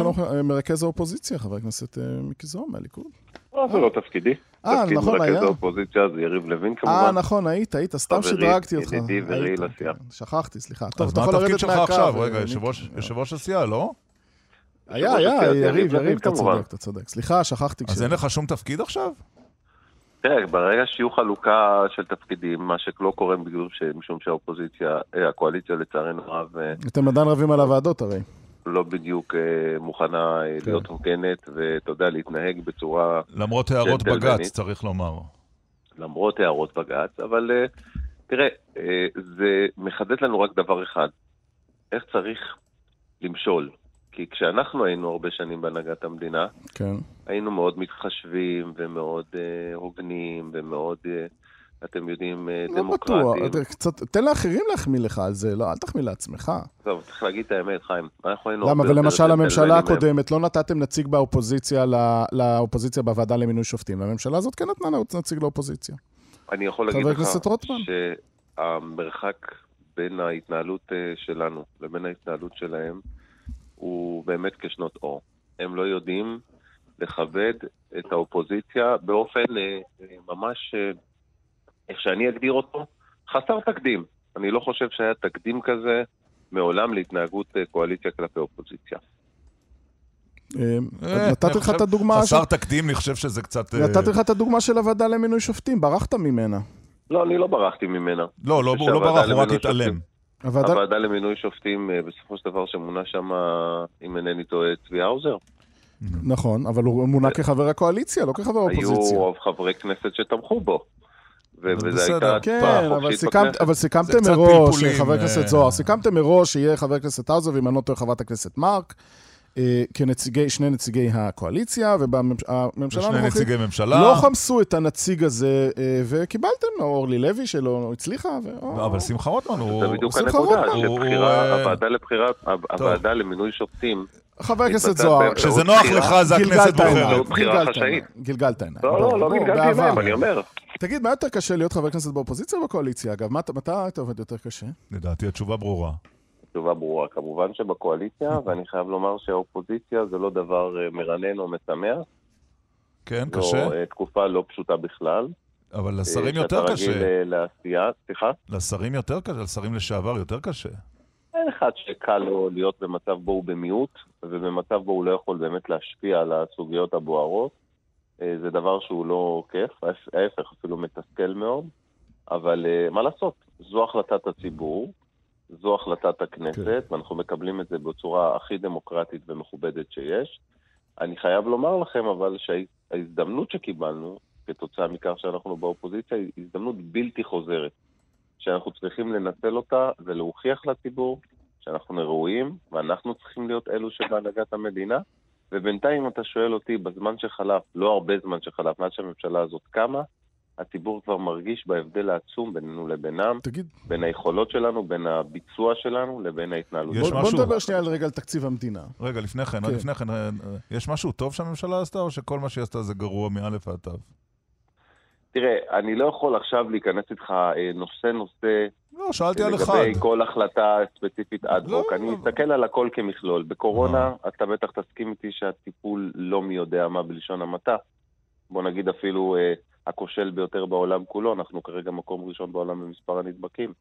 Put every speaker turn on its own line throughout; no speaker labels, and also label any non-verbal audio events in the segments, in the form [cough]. שלום, אה, מרכז האופוזיציה, חבר הכנסת אה, מיקי זוהר מהליכוד.
לא, זה לא תפקידי.
אה, נכון,
תפקיד
היה.
מרכז האופוזיציה זה יריב לוין
אה,
כמובן.
נכון, היית, היית, סתם
חברי,
שדרגתי אותך.
ידידי ורעי
היית,
לסיעה.
כן, שכחתי, סליחה. טוב,
אז
אתה
מה
יכול
התפקיד
לרדת
שלך
מהקו.
עכשיו?
אה,
רגע,
מיקי.
יושב-ראש- יושב-ראש הסיעה, לא?
היה, היה,
יושב-ראש
יריב,
הסיעה,
יריב, אתה
כמובן.
צודק, אתה צודק. סליחה, שכחתי.
אז
כש-
אין לך שום תפקיד עכשיו?
תראה, ברגע שיהיו חלוקה של תפקידים, מה שלא קורה בגלל ש- משום שהאופוזיציה, אה, הקואליציה לצערנו הרב, אה,
אתם עדיין רבים על הוועדות הרי.
לא בדיוק אה, מוכנה אה,
כן.
להיות הוגנת, ואתה יודע, להתנהג בצורה,
למרות הערות
ג'נטלמנית.
בג"ץ, צריך לומר.
למרות הערות בג"ץ, אבל אה, תראה, אה, זה מחדד לנו רק דבר אחד, איך צריך למשול. כי כשאנחנו היינו הרבה שנים בהנהגת המדינה,
כן.
היינו מאוד מתחשבים ומאוד אה, הוגנים ומאוד, אה, אתם יודעים, אה,
לא בטוח.
דמוקרטיים.
אתה קצת- תן לאחרים להחמיא לך על זה, לא, אל תחמיא לעצמך.
טוב, צריך להגיד את האמת, חיים. אנחנו היינו...
למה,
הרבה יותר
ולמשל
ג'נטלמנים
הממשלה
מהם.
הקודמת, לא נתתם נציג באופוזיציה, ל- לאופוזיציה בוועדה למינוי שופטים, והממשלה הזאת כן נתנה נציג לאופוזיציה.
אני יכול
חבר
להגיד לך
הכנסת רוטמן.
שהמרחק בין ההתנהלות אה, שלנו לבין ההתנהלות שלהם הוא באמת כשנות אור. הם לא יודעים לכבד את האופוזיציה באופן אה, אה, ממש, אה, איך שאני אגדיר אותו, חסר תקדים. אני לא חושב שהיה תקדים כזה מעולם להתנהגות אה, קואליציה כלפי אופוזיציה.
אה,
אה,
נתתי
אני
לך את
חושב-
הדוגמה של-
חסר תקדים, אני חושב שזה קצת... אה,
נתתי לך את הדוגמה של הוועדה למינוי שופטים, ברחת ממנה.
לא, אני לא ברחתי ממנה.
לא, לא הוא לא
שהוועדה
ברח, הוא רק
למינוי
התעלם.
שופטים.
הוועדה...
הוועדה למינוי שופטים, אה, בסופו של דבר שמונה שם, אם אינני טועה, צבי האוזר.
נכון, אבל הוא מונה כחבר הקואליציה, לא כחבר האופוזיציה.
היו רוב חברי כנסת שתמכו בו. ו-
אז
וזו
בסדר.
הייתה
כן,
הצבעה
אבל,
חופשית
סיכמת,
בכנסת.
אבל סיכמתם
קצת
מראש,
פלפולים,
חבר
אה.
הכנסת זוהר, סיכמתם מראש שיהיה חבר הכנסת האוזר, ואם אני לא טועה, חברת הכנסת מארק, אה, כנציגי, שני נציגי הקואליציה, ובממשלה
ושני
הנוכחית
נציגי ממשלה.
לא חמסו את הנציג הזה, אה, וקיבלתם, או אורלי לוי שלא הצליחה, ו...
לא, אבל שמחה רוטמן הוא...
זה בדיוק
שמחה
הנקודה,
רוטמן.
הוא-
שבחירה,
הוא, אה,
הוועדה לבחירה, ה- הוועדה למינוי שופטים,
חבר הכנסת
מתבצעת
זוהר,
באמצעות
כשזה נוח
בחירה.
לך, זה הכנסת
גלגלת עיניים,
בוחרת.
זו בחירה
גלגלת
חשאית.
עיניים, גלגלת עיניים.
לא,
ברור,
לא, לא
ברור,
מתגלגל
באהבה.
עיניים, אני אומר.
תגיד, מה יותר קשה להיות חבר כנסת באופוזיציה או בקואליציה? אגב, מה אתה- מתי אתה עובד יותר קשה?
לדעתי התשובה ברורה.
תשובה ברורה. כמובן
[laughs]
שבקואליציה, ואני חייב לומר שהאופוזיציה זה לא דבר אה, מרנן או משמח.
כן,
זו
קשה,
אה, תקופה לא פשוטה בכלל.
אבל
אה,
לשרים יותר
שאתה רגיל
קשה.
אה, לעשייה, סליחה?
לשרים יותר קשה, לשרים לשעבר יותר קשה.
אין אחד שקל לו להיות במצב בו הוא במיעוט, ובמצב בו הוא לא יכול באמת להשפיע על הסוגיות הבוערות. אה, זה דבר שהוא לא כיף, ההפך, אפילו מתסכל מאוד. אבל אה, מה לעשות, זו החלטת הציבור, זו החלטת הכנסת, ואנחנו מקבלים את זה בצורה הכי דמוקרטית ומכובדת שיש. אני חייב לומר לכם, אבל שההזדמנות שקיבלנו, כתוצאה מכך שאנחנו באופוזיציה, היא הזדמנות בלתי חוזרת. שאנחנו צריכים לנצל אותה ולהוכיח לציבור שאנחנו ראויים, ואנחנו צריכים להיות אלו שבהנהגת המדינה. ובינתיים, אם אתה שואל אותי, בזמן שחלף, לא הרבה זמן שחלף, מאז שהממשלה הזאת קמה, הציבור כבר מרגיש בהבדל העצום בינינו לבינם,
תגיד,
בין היכולות שלנו, בין הביצוע שלנו לבין ההתנהלות.
יש
בוא
שלנו.
בוא
משהו?
נדבר שנייה על רגע על תקציב המדינה.
רגע, לפני כן, רק
כן.
לפני כן, אה, אה, יש משהו טוב שהממשלה עשתה, או שכל מה שהיא עשתה זה גרוע מאלף עד תו?
תראה, אני לא יכול עכשיו להיכנס איתך אה, נושא-נושא
לא, שאלתי על אחד.
לגבי כל החלטה ספציפית אד
לא,
הוק. אני
אבל-
מסתכל על הכל כמכלול. בקורונה,
לא.
אתה בטח תסכים איתי שהטיפול לא מי יודע מה בלשון המעטה. בוא נגיד אפילו אה, הכושל ביותר בעולם כולו, אנחנו כרגע מקום ראשון בעולם במספר הנדבקים.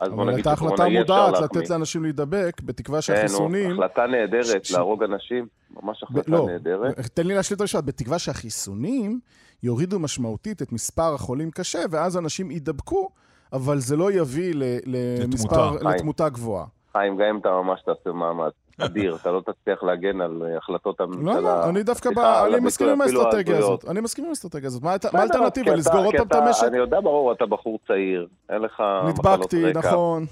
אז בוא
אבל
נגיד
הייתה
שקורונה
החלטה
אי אפשר
מודעת
להחמיא.
לתת לאנשים להידבק, בתקווה
כן, נו,
שהחיסונים...
החלטה
ש-
נהדרת,
ש-
להרוג אנשים, ממש
ב-
החלטה
לא,
נהדרת.
תן לי להשלים את המשפט, בתקווה שהחיסונים יורידו משמעותית את מספר החולים קשה, ואז אנשים יידבקו, אבל זה לא יביא ל- למספר,
לתמותה.
לתמותה גבוהה.
חיים, גם אם אתה ממש תעשה מאמץ אדיר, אתה לא תצליח להגן על אה, החלטות הממשלה.
לא, לא, אני דווקא, ב...
סליחה,
אני
על הביטוי,
מסכים עם
אפילו
האסטרטגיה
ההזויות.
הזאת. אני מסכים עם האסטרטגיה הזאת. מה הייתה- מה
בסדר,
האלטרנטיבה?
כי אתה-
לסגור עוד
כי
פעם את
אתה-
המשק?
אני יודע, ברור, אתה בחור צעיר, אין לך מחלות
נדבקתי,
רקע.
נכון.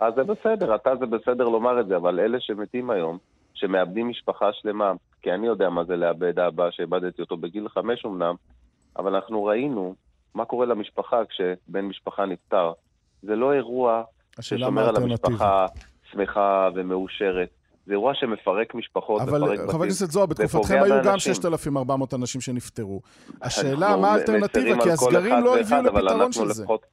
אז זה בסדר, אתה זה בסדר לומר את זה, אבל אלה שמתים היום, שמאבדים משפחה שלמה, כי אני יודע מה זה לאבד אבא שאיבדתי אותו בגיל חמש אמנם, אבל אנחנו ראינו מה קורה למשפחה כשבן משפחה נפטר. זה לא אירוע
השאלה מה
ששומר על
האלטרנטיבה.
המשפחה שמחה ומאושרת. זה אירוע שמפרק משפחות, מפרק
אבל אה,
בתים.
חבר הכנסת זוהר, בתקופתכם
ופוגע
היו גם
באנשים.
6,400 אנשים שנפטרו. השאלה
אנחנו
מה
מצרים
האלטרנטיבה,
על
כי
כל
הסגרים
אחד
לא
ואחד,
הביאו
אבל
לפתרון
אנחנו
של זה.
לפחות-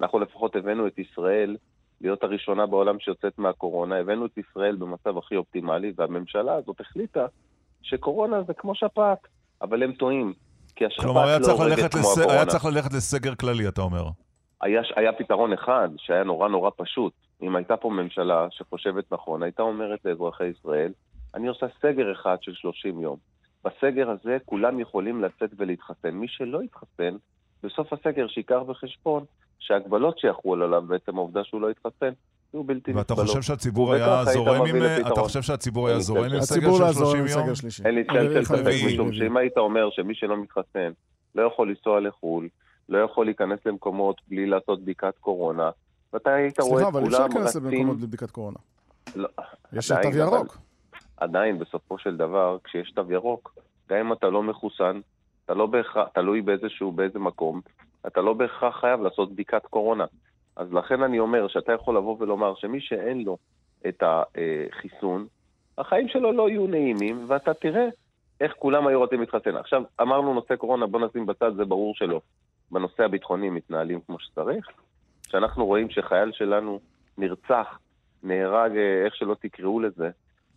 אנחנו לפחות הבאנו את ישראל להיות הראשונה בעולם שיוצאת מהקורונה. הבאנו את ישראל במצב הכי אופטימלי, והממשלה הזאת החליטה שקורונה זה כמו שפעת, אבל הם טועים. כי השפעת
כלומר, היה
לא
צריך
הורגת
ללכת
כמו
לס- היה
הקורונה.
צריך ללכת לסגר כללי, אתה אומר.
היה, היה פתרון אחד שהיה נורא נורא פשוט. אם הייתה פה ממשלה שחושבת נכון, הייתה אומרת לאזרחי ישראל, אני עושה סגר אחד של 30 יום. בסגר הזה כולם יכולים לצאת ולהתחסן. מי שלא יתחסן, בסוף הסגר שייקח בחשבון שההגבלות שיחול עליו, בעצם העובדה שהוא לא יתחסן, יהיו בלתי נסבלות.
ואתה חושב שהציבור
ובכך
היה
היית
זורם
מביא
עם... אה,
לפתרון.
אתה חושב שהציבור היה
אין לי
זורם עם
ספק.
סגר
הציבור
של
לעזור
30
עם
יום?
סגר שלישי.
אין לי צל
אה,
של ספק,
חברים.
משום שאם היית אומר שמי שלא מתחסן לא יכול לנסוע לחו"ל, לא יכול להיכנס למקומות בלי לעשות בדיקת קורונה, ואתה היית רואה
סליחה,
את
אבל אי אפשר
כולם
להיכנס
רצים...
למקומות בלי בדיקת קורונה.
לא,
יש
עדיין,
תו
אבל-
ירוק.
עדיין, בסופו של דבר, כשיש תו ירוק, גם אם אתה לא מחוסן, אתה לא בהכרח, תלוי באיזשהו, באיזה מקום, אתה לא בהכרח חייב לעשות בדיקת קורונה. אז לכן אני אומר שאתה יכול לבוא ולומר שמי שאין לו את החיסון, החיים שלו לא יהיו נעימים, ואתה תראה איך כולם היו רוצים להתחסן. עכשיו, אמרנו נושא קורונה, בוא נשים בצד, זה ברור שלא. בנושא הביטחוני מתנהלים כמו שצריך. כשאנחנו רואים שחייל שלנו נרצח, נהרג, אה, איך שלא תקראו לזה,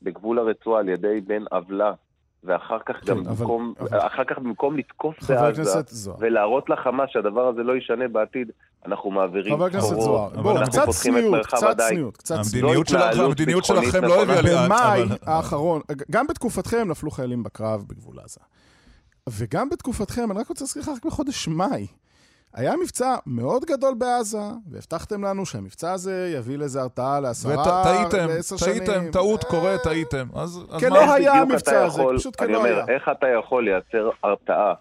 בגבול הרצועה על ידי בן עוולה, ואחר כך גם
כן, אבל-
במקום,
אבל-
אחר כך במקום לתקוף
חבר
בעזה,
הכנסת זוהר.
ולהראות לחמאס שהדבר הזה לא יישנה בעתיד, אנחנו מעבירים
חבר הכנסת
צרות,
זוהר,
אבל
בואו,
אנחנו
קצת
פותחים את
צניעות,
מרחב
קצת
הדיג.
צניעות, קצת צניעות.
המדיניות
זו
שלך-
התנהלות
המדיניות שלכם לא
ביטחונית
הביאה לאט.
במאי
אבל-
האחרון, גם בתקופתכם נפלו חיילים בקרב בגבול עזה. וגם בתקופתכם, אני רק רוצה להזכיר לך, רק בחודש מאי, היה מבצע מאוד גדול בעזה, והבטחתם לנו שהמבצע הזה יביא לזה הרתעה לעשרה,
וטעיתם,
לעשר שנים.
טעיתם, טעות קורה, טעיתם. אז אז
כן,
מה?
לא היה
בדיוק אתה
המבצע הזה,
יכול-
פשוט כי
אני
לא
אומר,
היה.
איך אתה יכול לייצר הרתעה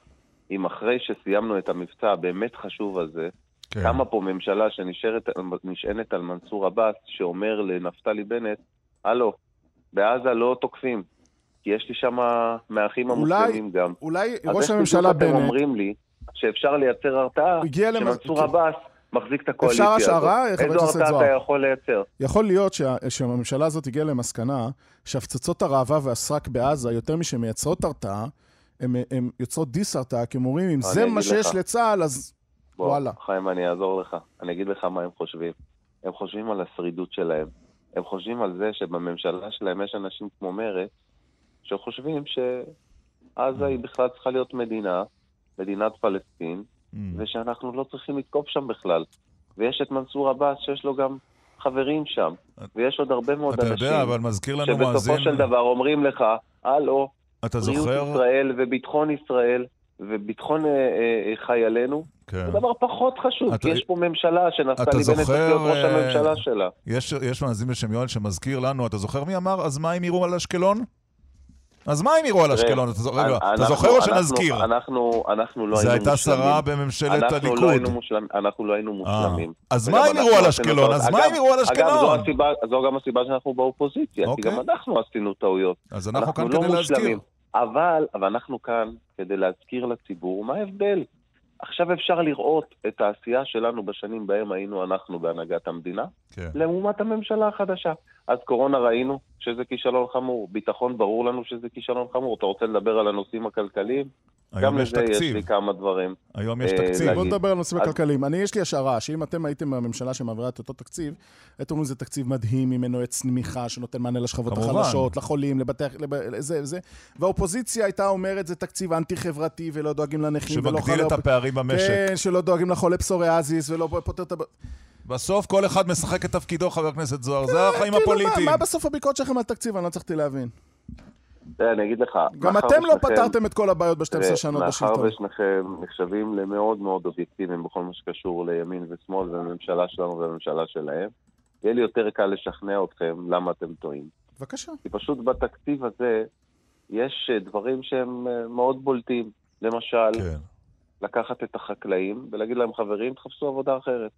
אם אחרי שסיימנו את המבצע הבאמת חשוב הזה,
כן.
קמה פה ממשלה שנשארת- נשענת על מנסור עבאס, שאומר לנפתלי בנט, הלו, בעזה לא תוקפים, כי יש לי שם מהאחים
אולי-
המוסלמים גם.
אולי
אז
ראש
איך
הממשלה
בדיוק אתם
בנט,
אומרים לי שאפשר לייצר הרתעה,
הגיע למ-
שמנסור
כן.
עבאס מחזיק את הקואליציה הזאת.
השערה, חבר
איזו
הכנסת
הרתעה
זוהר?
אתה יכול לייצר?
יכול להיות שה, שהממשלה הזאת הגיעה למסקנה שהפצצות הראווה והסרק בעזה, יותר משמייצרות הרתעה, הן יוצרות דיס-הרתעה, כי הם אומרים, אם
אני
זה
אגיד
מה שיש
לך.
לצה"ל, אז...
בוא,
וואלה.
חיים, אני אעזור לך. אני אגיד לך מה הם חושבים. הם חושבים על השרידות שלהם. הם חושבים על זה שבממשלה שלהם יש אנשים כמו מרצ, שחושבים שעזה היא בכלל צריכה להיות מדינה, מדינת פלסטין,
Mm.
ושאנחנו לא צריכים לתקוף שם בכלל. ויש את מנסור עבאס, שיש לו גם חברים שם, ויש עוד הרבה מאוד
אתה
אנשים,
יודע, אבל מזכיר לנו מאזין...
שבסופו של דבר אומרים לך, הלו,
אתה
בריאות
זוכר?
ישראל וביטחון ישראל וביטחון אה, אה, חיילינו,
כן.
זה דבר פחות חשוב,
אתה-
כי יש פה ממשלה
אתה
שנפתלי בנט צריך
זוכר,
להיות ראש
אה,
הממשלה שלה.
יש, יש מאזין בשם יואל שמזכיר לנו, אתה זוכר מי אמר, אז מה אם יראו על אשקלון? אז מה אם יראו על
תראה,
אשקלון? אתה, זוכ- רגע, אתה
אנחנו-
זוכר או
אנחנו-
שנזכיר?
אנחנו אנחנו לא היינו מושלמים.
זו הייתה שרה בממשלת
אנחנו לא
הליכוד.
היינו מושלמים. אנחנו לא היינו
אה,
מושלמים.
אז
וגם
מה אם יראו
אנחנו לא
על
עשינו
אשקלון?
טעות.
אז מה
אגב- לא
אם יראו על
אגב, זו
אשקלון?
הסיבה- זו גם הסיבה שאנחנו באופוזיציה, כי
אוקיי.
גם אנחנו עשינו טעויות.
אז אנחנו כאן
לא
כדי להזכיר.
מושלמים. אבל, אבל אנחנו כאן כדי להזכיר לציבור מה ההבדל. עכשיו אפשר לראות את העשייה שלנו בשנים בהם היינו אנחנו בהנהגת המדינה,
כן.
לעומת הממשלה החדשה. אז קורונה ראינו שזה כישלון חמור, ביטחון ברור לנו שזה כישלון חמור. אתה רוצה לדבר על הנושאים הכלכליים?
היום
גם
יש
לזה יש
תקציב.
לי כמה דברים.
היום יש
אה,
תקציב.
בואו
להגיד.
נדבר על הנושאים
אז-
הכלכליים. אני, יש לי השערה, שאם אתם הייתם בממשלה שמעבירה את אותו תקציב, הייתם אומרים, זה תקציב מדהים, ממנו את צמיחה, שנותן מענה לשכבות
כמובן.
החלשות, לחולים, לבתי... לב- לזה וזה. והאופוזיציה הייתה אומרת, זה תקציב אנטי-חברתי, ולא דואגים לנכים, ולא
שמגדיל את
חולי-
הפערים במשק.
לא כן, שלא דואגים לחולי פסוריאזיס, ולא פותר את... הב-
בסוף כל אחד משחק את תפקידו, חבר הכנסת זוהר. זה החיים
כאילו, מה-
הפוליטיים.
מה בסוף הביקורת שלכם על תקציב? אני לא הצלחתי להבין.
אה, אני אגיד לך,
גם
מאחר
אתם לא
ושניכם- אה,
פתרתם את כל הבעיות ב-12 שנות
מאחר
בשלטון.
ושניכם נחשבים למאוד מאוד אובייקטיביים בכל מה שקשור לימין ושמאל והממשלה שלנו והממשלה שלהם, יהיה לי יותר קל לשכנע אתכם למה אתם טועים.
בבקשה.
כי פשוט בתקציב הזה יש אה, דברים שהם אה, מאוד בולטים. למשל,
כן.
לקחת את החקלאים ולהגיד להם, חברים, תחפשו עבודה אחרת.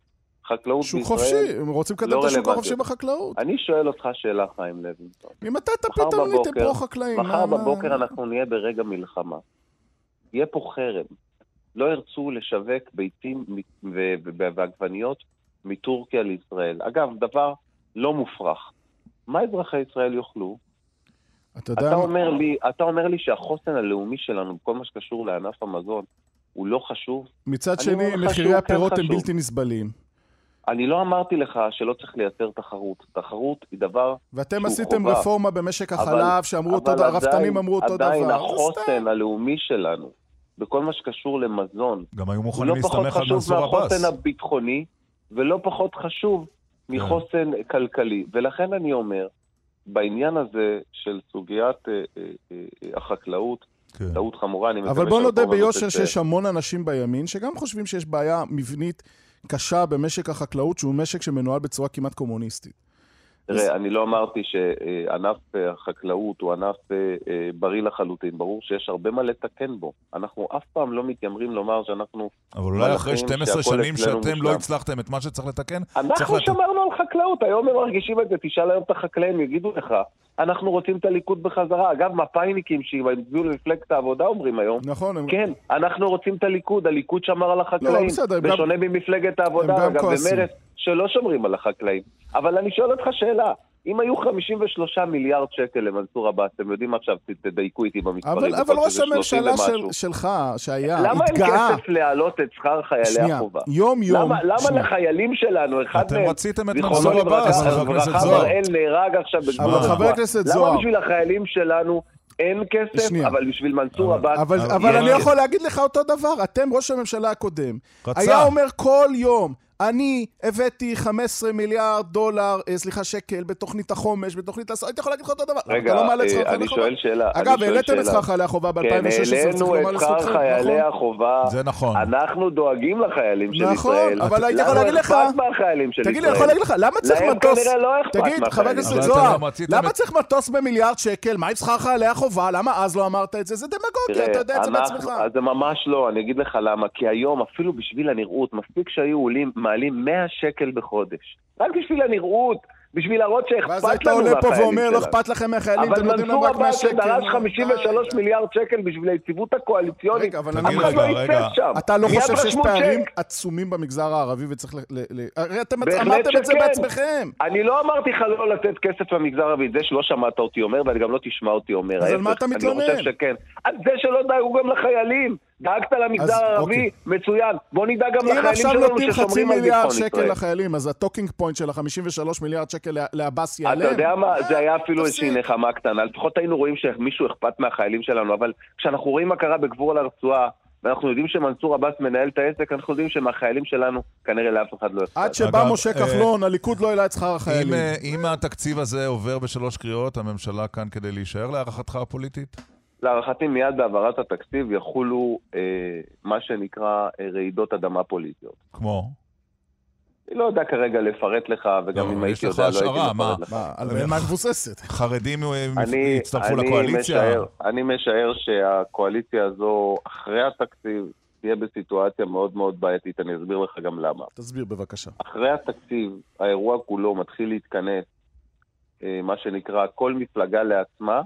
חקלאות
שוק
בישראל...
חופשי, הם רוצים לקדם
לא
את השוק
רלוונטי.
החופשי בחקלאות.
אני שואל אותך שאלה, חיים לוינסון.
ממתי אתה
מחר
פתאום נהייתם
בבוקר-
פרו-חקלאים?
מחר
מה- מה-
בבוקר אנחנו נהיה ברגע מלחמה. יהיה פה חרם. לא ירצו לשווק ביצים מ- ו- ו- ועגבניות מטורקיה לישראל. אגב, דבר לא מופרך. מה אזרחי ישראל יאכלו?
אתה יודע
אתה
מה?
אומר, לי, אתה אומר לי שהחוסן הלאומי שלנו, בכל מה שקשור לענף המזון, הוא לא חשוב?
מצד
אני
שני,
אומר לך
מחירי
שהוא כן
הפירות הם
חשוב.
בלתי נסבלים.
אני לא אמרתי לך שלא צריך לייצר תחרות. תחרות היא דבר
ואתם
שהוא
עשיתם
חובה.
רפורמה במשק
אבל-
החלב, שאמרו אותו,
אבל
דבר, הרפתנים
עדיין-
אמרו אותו דבר.
עדיין
זה
החוסן
סתם.
הלאומי שלנו, בכל מה שקשור למזון,
גם היו
הוא
מוכנים
לא פחות
להסתמך על
חשוב
מנסור עבאס.
מהחוסן הביטחוני, ולא פחות חשוב
כן.
מחוסן כלכלי. ולכן אני אומר, בעניין הזה של סוגיית אה, אה, אה, אה, החקלאות,
כן.
טעות חמורה, אני מקווה
אבל בוא נודה
שהרפורמה הזאת
ביושר
תצא.
שיש המון אנשים בימין שגם חושבים שיש בעיה מבנית קשה במשק החקלאות, שהוא משק שמנוהל בצורה כמעט קומוניסטית.
תראה, אני לא אמרתי שענף אה, החקלאות הוא ענף אה, אה, בריא לחלוטין. ברור שיש הרבה מה לתקן בו. אנחנו אף פעם לא מתיימרים לומר שאנחנו...
אבל אולי אחרי
מלאכים
12
שהכל
שנים
אצלנו
שאתם לא
מושלם.
הצלחתם את מה שצריך לתקן, צריך
אנחנו
לתת-
שמרנו על חקלאות, היום הם מרגישים את זה, תשאל היום את החקלאים, יגידו לך, אנחנו רוצים את הליכוד בחזרה. אגב, מפאיניקים שהצביעו למפלגת העבודה אומרים היום,
נכון? הם-
כן, אנחנו רוצים את הליכוד, הליכוד שמר על
לא,
החקלאים.
בסדר, הם גם-
בשונה ממפלגת
הם
העבודה,
גם
אגב,
כועסים.
ומרצ, שלא שומרים על החקלאים. אבל אני שואל אותך שאלה, אם היו 53 מיליארד שקל למנסור עבאס, אתם יודעים עכשיו, ת- תדייקו איתי במספרים.
אבל,
יכול
אבל
להיות
ראש
שזה 30
הממשלה של,
ומשהו.
שלך, שהיה,
למה אין
התגאה...
כסף להעלות את שכר חיילי
שנייה,
החובה?
יום-יום...
למה, למה
שנייה.
לחיילים שלנו, אחד
אתם
מהם,
רציתם את
זיכרונו
מנסור
לברכה,
עבאס, חבר
ברכה
הכנסת זוהר.
בראל נהרג עכשיו בגבול
אבל
הרצועה.
חבר הכנסת זוהר-
למה בשביל החיילים שלנו אין כסף,
שנייה.
אבל בשביל מנסור עבאס... אה,
אבל,
אבל-
אבל אני
אבל-
יכול להגיד לך אותו דבר, אתם, ראש הממשלה הקודם,
רצה.
היה אומר כל יום, אני הבאתי 15 מיליארד דולר, אה, סליחה, שקל, בתוכנית החומש, בתוכנית הס... הייתי יכול להגיד לך אותו דבר. למה
רגע,
אתה לא מעלה את שכר
אה,
חיילי
אני
החובה?
שואל שאלה. אני
אגב,
שואל
העליתם את
שאלה.
שכר חיילי החובה
כן,
ב-2016, צריך
העלינו
לומר
את שכר
לזכותכם,
חיילי
נכון?
החובה.
זה נכון.
אנחנו דואגים לחיילים של
נכון,
ישראל.
אבל הייתי יכול להגיד לך-
לנו אכפת מהחיילים של ישראל.
תגיד לי, אני יכול להגיד לך, למה צריך
להם
מטוס...
כנראה לא אכפת
תגיד, חבר
מהחיילים.
הכנסת
אבל אתם
זוהר,
גם רציתם
למה
את-
צריך מטוס במיליארד שקל? מה עם שכר חיילי החובה? למה אז לא אמרת את זה? זה דמגוגיה, אתה יודע את זה
אנחנו-
בעצמך.
אז זה ממש לא, אני אגיד לך למה. כי היום, אפילו בשביל הנראות, מספיק שהיו עולים, מעלים 100 שקל בחודש. רק בשביל הנראות, בשביל להראות שאכפת לנו
ואז
מהחיילים
היית
שלנו.
עולה פה ואומר, לא אכפת לכם מהחיילים, אתם
אבל
נותנים להם
מנסור
רק 100
עבאס
שקל.
שדרש
נו,
53
די.
מיליארד שקל בשביל היציבות הקואליציונית,
רגע, אבל
אף
אני-
אחד לא
רגע, רגע.
היסס שם.
אתה לא
מיד
חושב שיש
רשמו
פערים
צ'ק.
עצומים במגזר הערבי וצריך ל... ל- ל- הרי אתם
בהחלט
אמרתם את זה
שכן.
בעצמכם.
אני לא אמרתי לך לא לתת כסף למגזר הערבי, זה שלא שמעת אותי אומר, ואני גם לא תשמע אותי אומר.
אז על מה
ההפך,
אתה מתלונן?
אני חושב שכן. על זה שלא דאגו גם לחיילים. דאגת למגזר
אז,
הערבי,
אוקיי.
מצוין. בוא נדאג גם
אם
לחיילים
עכשיו
שלנו
נותנים חצי
ששומרים על ביטחון
מיליארד שקל
ישראל.
לחיילים, אז הטוקינג פוינט של ה-53 מיליארד שקל לה- לעבאס ייעלם?
אתה יודע מה, זה היה אפילו
תפסיק.
איזושהי נחמה קטנה. לפחות היינו רואים שמישהו אכפת מהחיילים שלנו, אבל כשאנחנו רואים מה קרה בגבול הרצועה, ואנחנו יודעים שמנסור עבאס מנהל את העסק, אנחנו יודעים שמהחיילים שלנו כנראה לאף אחד לא אכפת.
עד שבא
אגב,
משה
אה,
כחלון, הליכוד לא העלה את שכר
אם,
החיילים.
אה, אם התקציב הזה עובר בשלוש קריאות, הממשלה כאן כדי להישאר להערכתך הפוליטית?
להערכתי מיד בהעברת התקציב יחולו אה, מה שנקרא אה, רעידות אדמה פוליטיות.
כמו?
אני לא יודע כרגע לפרט לך, וגם
לא,
אם
יש
הייתי
לך
יודע, לא הייתי
השערה, מה?
מפרט לך.
מה,
אה,
על מה מבוססת?
חרדים אה,
אני,
יצטרפו
אני,
לקואליציה?
משער, אני משער שהקואליציה הזו, אחרי התקציב, תהיה בסיטואציה מאוד מאוד בעייתית, אני אסביר לך גם למה.
תסביר בבקשה.
אחרי התקציב, האירוע כולו מתחיל להתכנס, אה, מה שנקרא, כל מפלגה לעצמה,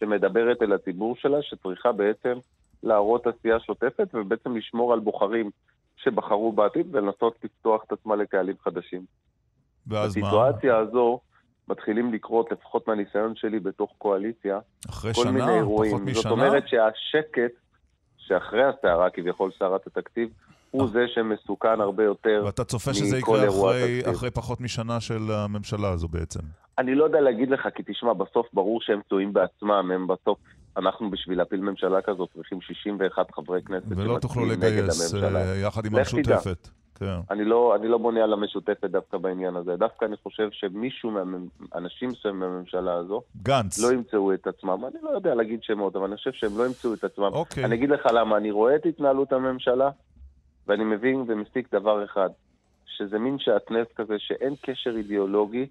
שמדברת אל הציבור שלה, שצריכה בעצם להראות עשייה שוטפת ובעצם לשמור על בוחרים שבחרו בעתיד ולנסות לפתוח את עצמה לקהלים חדשים.
ואז מה?
בסיטואציה הזו מתחילים לקרות, לפחות מהניסיון שלי בתוך קואליציה,
אחרי
כל מיני
שנה? פחות
אירועים. זאת
משנה?
אומרת שהשקט שאחרי הסערה, כביכול סערת התקציב,
אה.
הוא זה שמסוכן הרבה יותר.
ואתה צופה שזה
מכל
יקרה
אירוע
אחרי,
תקציב.
אחרי פחות משנה של הממשלה הזו בעצם.
אני לא יודע להגיד לך, כי תשמע, בסוף ברור שהם טועים בעצמם, הם בסוף... אנחנו בשביל להפיל ממשלה כזאת צריכים 61 חברי כנסת
ולא תוכלו
שמצביעים נגד
לגייס
הממשלה.
אה, יחד עם
לך תדע.
המשותפת. כן.
אני לא, אני לא בונה על המשותפת דווקא בעניין הזה. דווקא אני חושב שמישהו, מהמ- אנשים מסוים מהממשלה הזו,
גנץ.
לא ימצאו את עצמם. אני לא יודע להגיד שמות, אבל אני חושב שהם לא ימצאו את עצמם.
כן.
אוקיי.
אני אגיד לך למה. אני רואה את התנהלות הממשלה, ואני מבין ומסיק דבר אחד, שזה מין שעטנז כזה שאין קשר אידיאולוגי,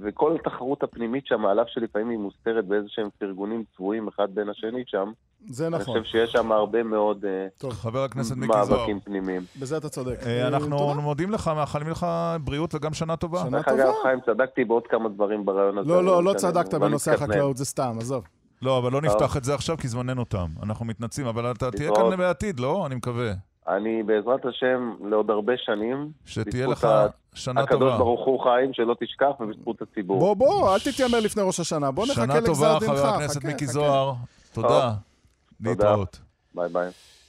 וכל התחרות הפנימית שם, על אף שלפעמים היא מוסתרת באיזשהם פרגונים צבועים אחד בין השני שם,
זה
אני
נכון,
חושב שיש שם הרבה מאוד אה,
חבר הכנסת מיקי זוהר.
מאבקים פנימיים.
בזה אתה צודק.
אה, אנחנו
תודה.
מודים לך, מאחלים לך בריאות וגם שנה טובה.
שנה-
דרך
טובה.
אגב, חיים, צדקתי בעוד כמה דברים ברעיון הזה.
לא, לא, לא
משנה,
צדקת
לא
בנושא
מתכוון.
החקלאות, זה סתם, עזוב.
לא, אבל לא
טוב.
נפתח את זה עכשיו, כי זמננו תם. אנחנו מתנצלים, אבל אתה תהיה
להתראות.
כאן בעתיד, לא? אני מקווה.
אני, בעזרת השם, לעוד הרבה שנים,
שתהיה
בזכות
לך
ה-
שנה
הקדוש
טובה.
ברוך הוא חיים, שלא תשכח, ובזכות הציבור.
בוא, בוא, אל תתיימר לפני ראש השנה, בוא נחכה
שנה
לגזר
טובה,
דינך.
חבר הכנסת
חכה,
מיקי
חכה.
זוהר. תודה.
טוב.
להתראות.
ביי ביי.